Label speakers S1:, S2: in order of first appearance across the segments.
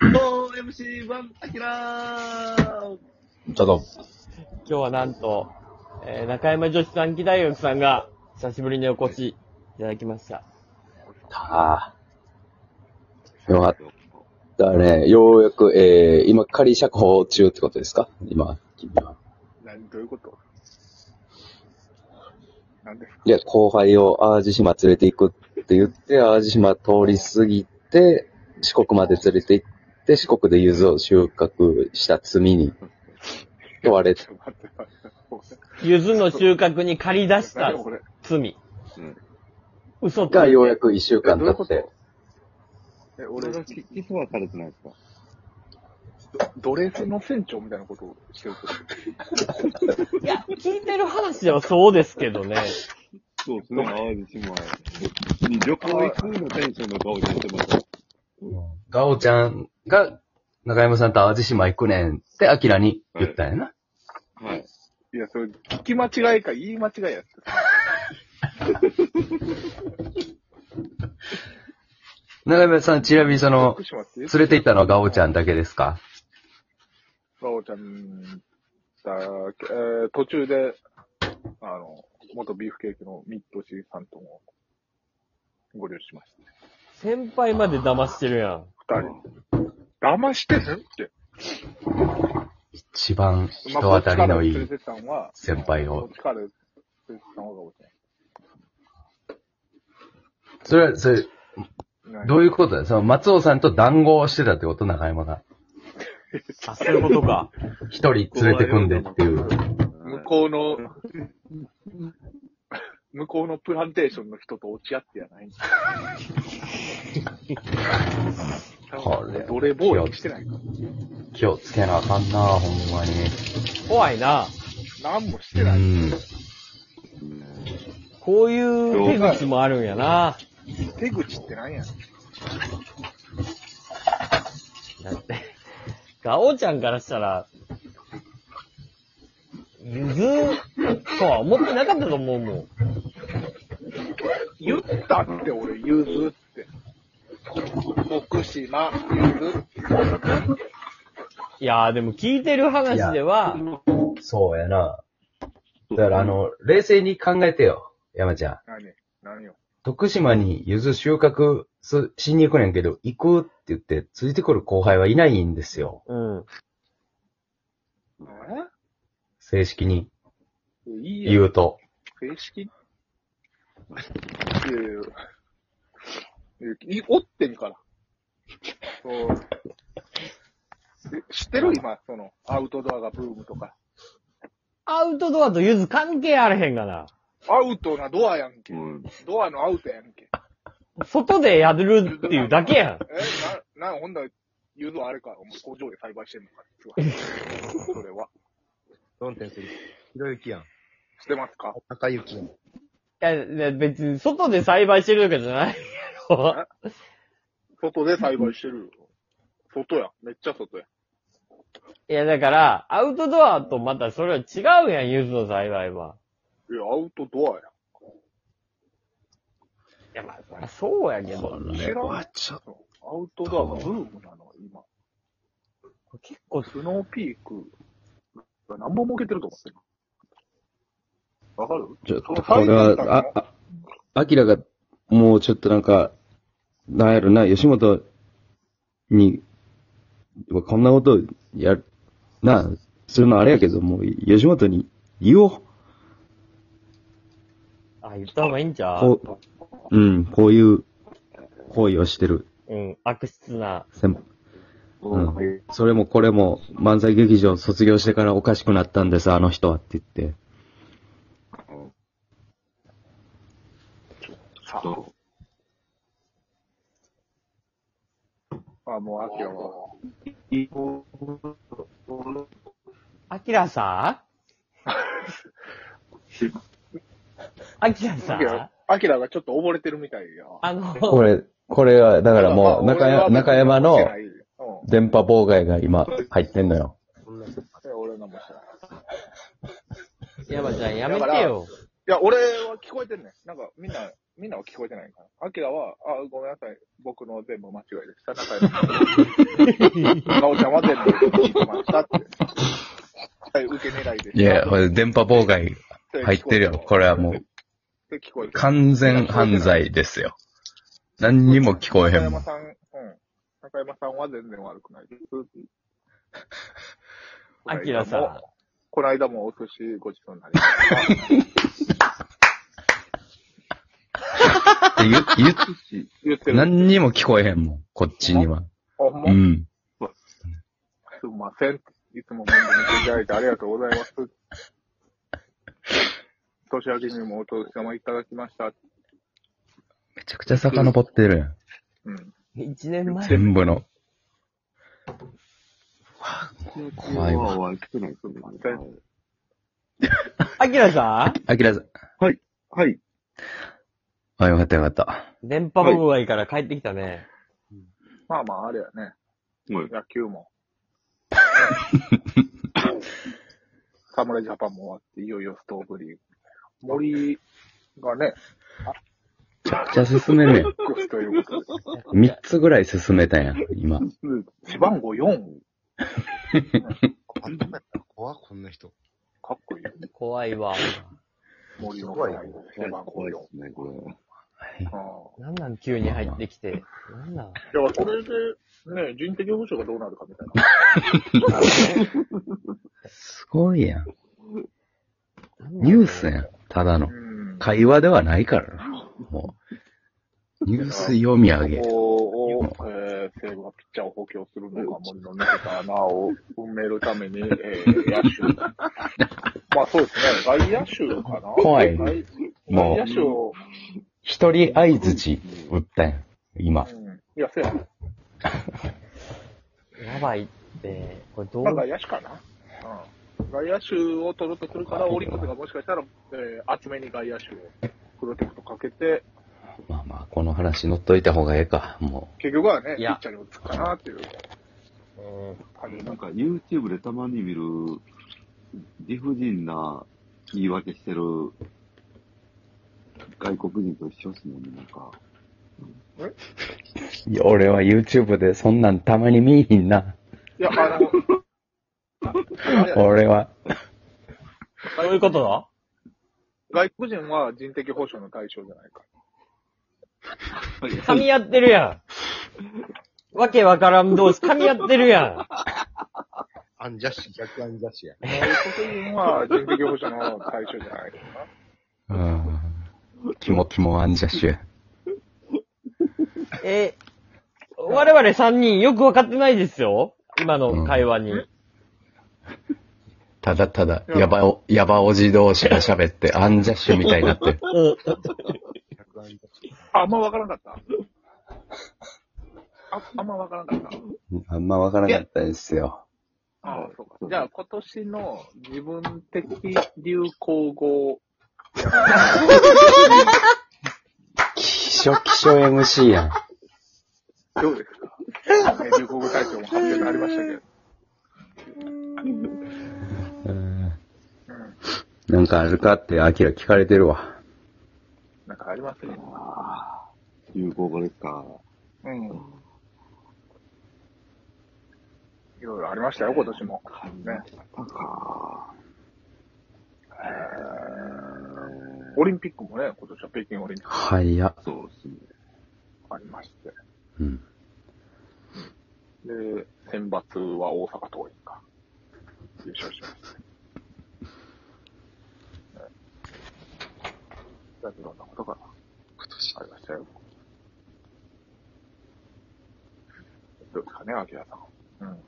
S1: OMC1 アキラー
S2: ちょっと、
S3: 今日はなんと、えー中山女子短期大学さんが久しぶりにお越しいただきました。
S2: ああ。よかったね。ようやく、えー、今仮釈放中ってことですか今、君は。
S1: 何どういうこと何ですか
S2: いや、後輩を淡路島連れて行くって言って、淡路島通り過ぎて、四国まで連れて行って、四国で柚子を収穫した罪に、問われ
S1: ちょっと待って待って待って
S3: ゆずの収穫に借り出した
S1: 何これ
S3: 罪。
S1: うん
S3: 嘘つ
S2: が
S3: い
S2: ようやく一週間
S1: えど
S2: 経
S1: ういうこ
S2: って
S1: と、え、俺、キスはされてないですかドレスの船長みたいなことをしてるってこと
S3: や、聞いてる話ではそうですけどね。
S4: そうですね、淡路島に旅行行くのテンションの顔で言ってました。
S2: ガオちゃんが、中山さんと淡路島行くねんって、アキラに言ったんやな。
S4: はい。
S1: いや、それ、聞き間違いか言い間違いやってた。
S2: 中山さん、ちなみにその
S1: 福、島って
S2: 連れて行ったのはガオちゃんだけですか
S1: ガオちゃんだけ、えー途中で、あの、元ビーフケーキのミッドシーさんともご了承しまし
S3: 先輩まで騙してるやん。
S1: た。二人。騙してるって。
S2: 一番
S1: ま
S2: 人
S1: あ
S2: 当たりのい
S1: こっ
S2: い
S1: ち。から連れてったのは
S2: 先輩を
S1: こっちから連れてったのはガオち
S2: それは、それ、
S1: ゃんない。
S2: どういうことだその松尾さんと談合をしてたってこと中山が。
S3: あ、そういうことか。
S2: 一人連れてくんでっていう。
S1: 向こう の、向こうのプランテーションの人と落ち合ってや ない。
S2: これ
S1: 奴隷暴力してないか。
S2: 気をつけなあかんなあ、ほんまに。
S3: 怖いな。
S1: 何もし
S2: う
S1: てない。
S2: ん。
S3: こういう手口もあるんやな。
S1: 手口ってなんや
S3: だって、ガオちゃんからしたら、ゆずとは思ってなかったと思うもん。
S1: 言ったって俺、ゆずって。福島、ゆず。
S3: いやーでも聞いてる話では、
S2: そうやな。だからあの、冷静に考えてよ、山ちゃん。
S1: 何何よ。
S2: 徳島に柚子収穫すしに行くねんけど、行くって言って、ついてくる後輩はいないんですよ。
S3: うん。
S2: 正式に
S1: えいい
S2: 言
S1: よ。
S2: うと。
S1: 正式いやいやいやいおってんから。そう。え知ってる今、その、アウトドアがブームとか。
S3: アウトドアとゆず関係あれへんがな。
S1: アウトなドアやんけ
S4: う。ん。
S1: ドアのアウトやんけ。
S3: 外でやるっていうだけやん。
S1: え、な、な、ほんだら、ゆずはあれか。お前工場で栽培してんのか。 違うそれは。
S5: 4.3。ひろゆきやん。
S1: してますか
S5: 高ゆきやん。
S3: いや、いや別に外で栽培してるわけじゃないやろ。
S1: 外で栽培してるよ。外や。めっちゃ外や。
S3: いや、だから、アウトドアとまたそれは違うやん、ゆずの栽培は。
S1: いや、アウトドアや。
S3: いや、まあ、まあそうやけど。
S1: 知らん。アウトドアがブームなの、今。
S3: 結構、
S1: スノーピークが何本儲けてると思ってる。わかる
S2: ちょ、
S1: こ
S2: こ
S1: の
S2: れは、あ、あ、アキラが、もうちょっとなんか、なんやろな、吉本に、こんなことやる、な、するのあれやけど、もう、吉本に言おう。
S3: あ、言った方がいいんちゃう
S2: こう、うん、こういう行為をしてる。
S3: うん、悪質な。
S2: 先うん、それもこれも漫才劇場卒業してからおかしくなったんです、あの人はって言って。
S4: そ
S1: あ、もう、アキラは。
S3: アキラさんアキラさ
S1: アキラ
S3: ん、
S1: アキラがちょっと溺れてるみたいや。
S3: あの、
S2: これ、これは、だ
S1: だ
S2: からもう、中山、中山の
S1: うん。
S2: 電波妨害が今入ってんのよ。
S1: いや俺のも知らない。
S3: 山ちゃんやめてよ。
S1: いや、俺は聞こえてんねん。なんか、みんな、みんなは聞こえてないから。アキラは、あ、ごめんなさい。僕の全部間違いでした。中山。なおちゃんは全部聞いてましたって。はい、受け狙いでした。
S2: いや、これ電波妨害入ってるよ。これはもう
S1: で聞こえてる
S2: 完全犯罪ですよ。何にも聞こえへん
S1: 中
S2: も
S1: 山
S2: ん。
S1: さん、うん。中山さんは全然悪くないです。
S3: アキラさん。
S1: この間もお寿司ごちそうになりました。
S2: って言う言う
S1: 言ってる。
S2: 何にも聞こえへんもん。こっちには。
S1: あ、ほんま、
S2: うん。
S1: すんません。いつも面倒見ていただいてありがとうございます。年明けにもお年玉いただきました。
S2: めちゃくちゃ遡ってるやん。
S1: うん。
S3: 一年前。
S2: 全部の。
S4: 怖いわ。怖いわ。
S3: アキラさ
S2: あきらさん。
S4: はい。
S2: あ、よかったよかった。
S3: ん電波妨害から帰ってきたね。
S1: まあまあ、あれやね。
S4: はい
S1: 野球も。 侍ジャパンも終わって、いよいよストーブリーグ。森がね、
S2: めちゃくちゃ進めるやん。
S1: 少しということで。
S2: 三つぐらい進めたやん、今。
S1: 背番号4、
S6: あんたもやったら怖こんな人。
S1: かっこいいよね。
S3: 怖 いわ。
S1: 森の
S6: 怖い
S1: 背番号
S4: 怖い
S1: 4。
S4: ですね、これ。
S1: ああ
S3: なんなん急に入ってきて。なんなん
S1: だからこれで、ね、人的保障がどうなるかみたい
S2: すごいやん。
S3: なんなん
S2: ニュースやん。ただの
S1: な。。うん
S2: 会話ではないからな。もう。ニュース読み上げ。
S1: ここを、えー、西武がピッチャーを補強するのか、森の抜けた穴を埋めるために、えー、野 手。まあそうですね、外野手かな
S2: 怖い
S1: 外
S2: もう
S1: 外野手を、
S2: 一人相づち打ったやん。今。
S1: うん。いや、せや。
S3: やばいって。これどう
S1: まあ外野手かなうん。外野手を取るとするから、オリックスがもしかしたら、えー、厚めに外野手をプロテクトかけて、
S2: まあまあ、この話乗っといた方がええか。も
S1: 結局はね、
S3: い
S1: ピ
S3: や
S1: ッチャーに打つかなっていう
S3: うん
S1: 感じ
S4: なんか YouTube でたまに見る理不尽な言い訳してる外国人と一緒ですもんね、なんか。
S2: う。いや、俺は YouTube でそんなんたまに見いひんな。
S1: いや、 あの、あれや
S2: 俺は。
S3: どういうことだ
S1: 外国人は人的保障の対象じゃないか。
S3: 噛み合って るやん。わけわからん同士噛み合ってるや
S6: アンジャッシュ、逆アンジャッシュや。
S1: 外国人は人的保障の対象じゃないか。
S2: うん。キモキモアンジャッシュ。
S3: ん。え、我々三人よくわかってないですよ。今の会話に。
S2: ただただ、ヤバお、ヤバおじ同士が喋って、アンジャッシュみたいになってる。
S6: 逆アンジャッシ
S1: あ、あんまわからなかったあ、あんまわからなかった
S2: あんまわからなかったですよ。
S1: あそうか。じゃあ今年の自分的流行語、
S2: 気象気象 MC やん。
S1: どうですか、 ね流行語大賞も発表になりましたけど。
S2: うんなんかあるかって、アキラ聞かれてるわ。
S1: なんかありますね。
S4: ああ、流行語ですか。
S1: うん。いろいろありましたよ、今年も。ね。
S4: なんか、
S1: オリンピックもね、今年は北京オリンピック
S2: はいや。
S4: そうですね。
S1: ありまして。
S2: うん。
S1: で、選抜は大阪桐蔭が優勝しましたね。ねいろんなことがありましたよ。どうですかね、秋田さん。うん。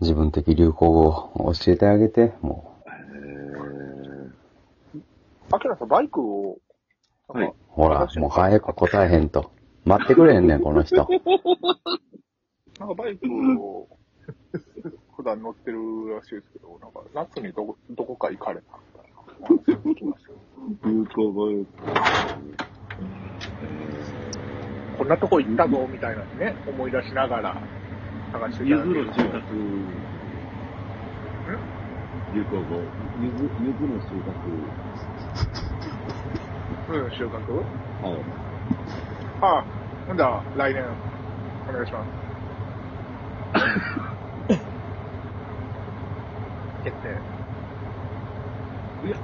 S2: 自分的流行語を教えてあげて、も
S1: 秋田さん、バイクを、なんか、
S2: う。ほら、もう早く答えへんと。待ってくれへんねん、この人。
S1: なんかバイクを、普段乗ってるらしいですけど、なんか、夏にどこ、どこか行かれたみたいなお話を聞きましたよ。
S4: 流行語です
S1: こんなとこ行ったぞ、みたいなね、思い出しながら探してた
S4: ゆ
S1: ら
S4: ずの収穫。流行語。ゆず、ゆずの収穫。
S1: うん、収穫
S4: は
S1: ああ、ほんだ、来年、お願いします。 決定。いや。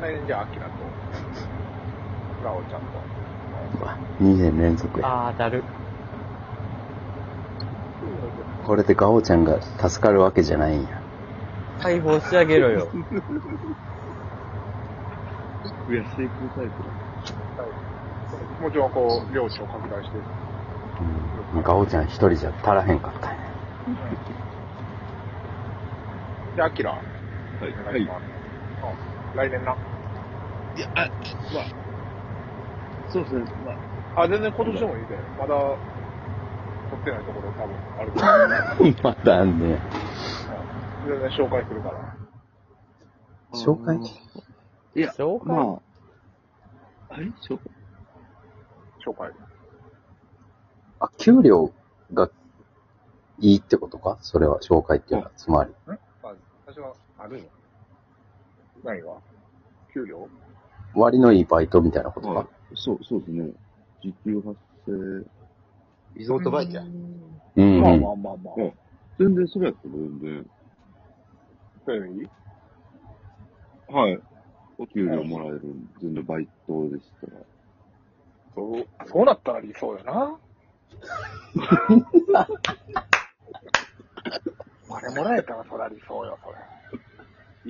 S1: 来年じゃあ、アキラと、ラオちゃんと。
S2: 2年連続や。
S3: あー、だる。
S2: これでガオちゃんが助かるわけじゃないんや。
S3: 解放してあげろよ。
S4: い。いや、成功タイプだ。
S1: もちろん、こう、領地を拡大して。
S2: うん、ガオちゃん一人じゃ足らへんかったんや。
S1: じゃあ、アキラ、
S4: は
S1: お
S4: い。
S1: 願いします。うん来年な。
S4: いや、あ、まあ、そうですね。まあ、
S1: あ、全然今年でもいいで。まだ、取ってないところ多分ある から。
S2: まだあんねや
S1: 全然紹介するから。
S2: 紹介
S4: いや、
S3: 紹介
S4: まあ、あれ紹介
S1: 紹介。
S2: あ、給料がいいってことかそれは、紹介っていうのは、つまり。
S1: まあ、私は、あるよ。何が給料
S2: 割のいいバイトみたいなこと
S4: まあ
S2: か。、
S4: そう、そうですね。時給発生。
S7: リゾートバイトや。
S2: うん、
S1: ま
S2: う
S1: あ
S2: ん
S1: ま。あまあまあ。
S4: うん全然それやったら全然。
S1: それでいい
S4: はい。お給料もらえる、全然バイトでしたら。
S1: そう、そうなったら理想よ な。あれもらえたらそりゃ理想よ、それ。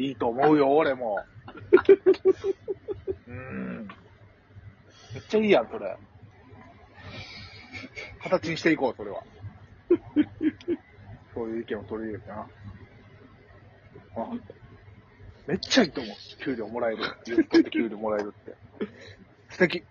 S1: いいと思うよ、俺も。うん。めっちゃいいやん、それ。形にしていこう、それは。そういう意見を取り入れてな。あめっちゃいいと思う。給料もらえる。ユーストって給料もらえるって。素敵。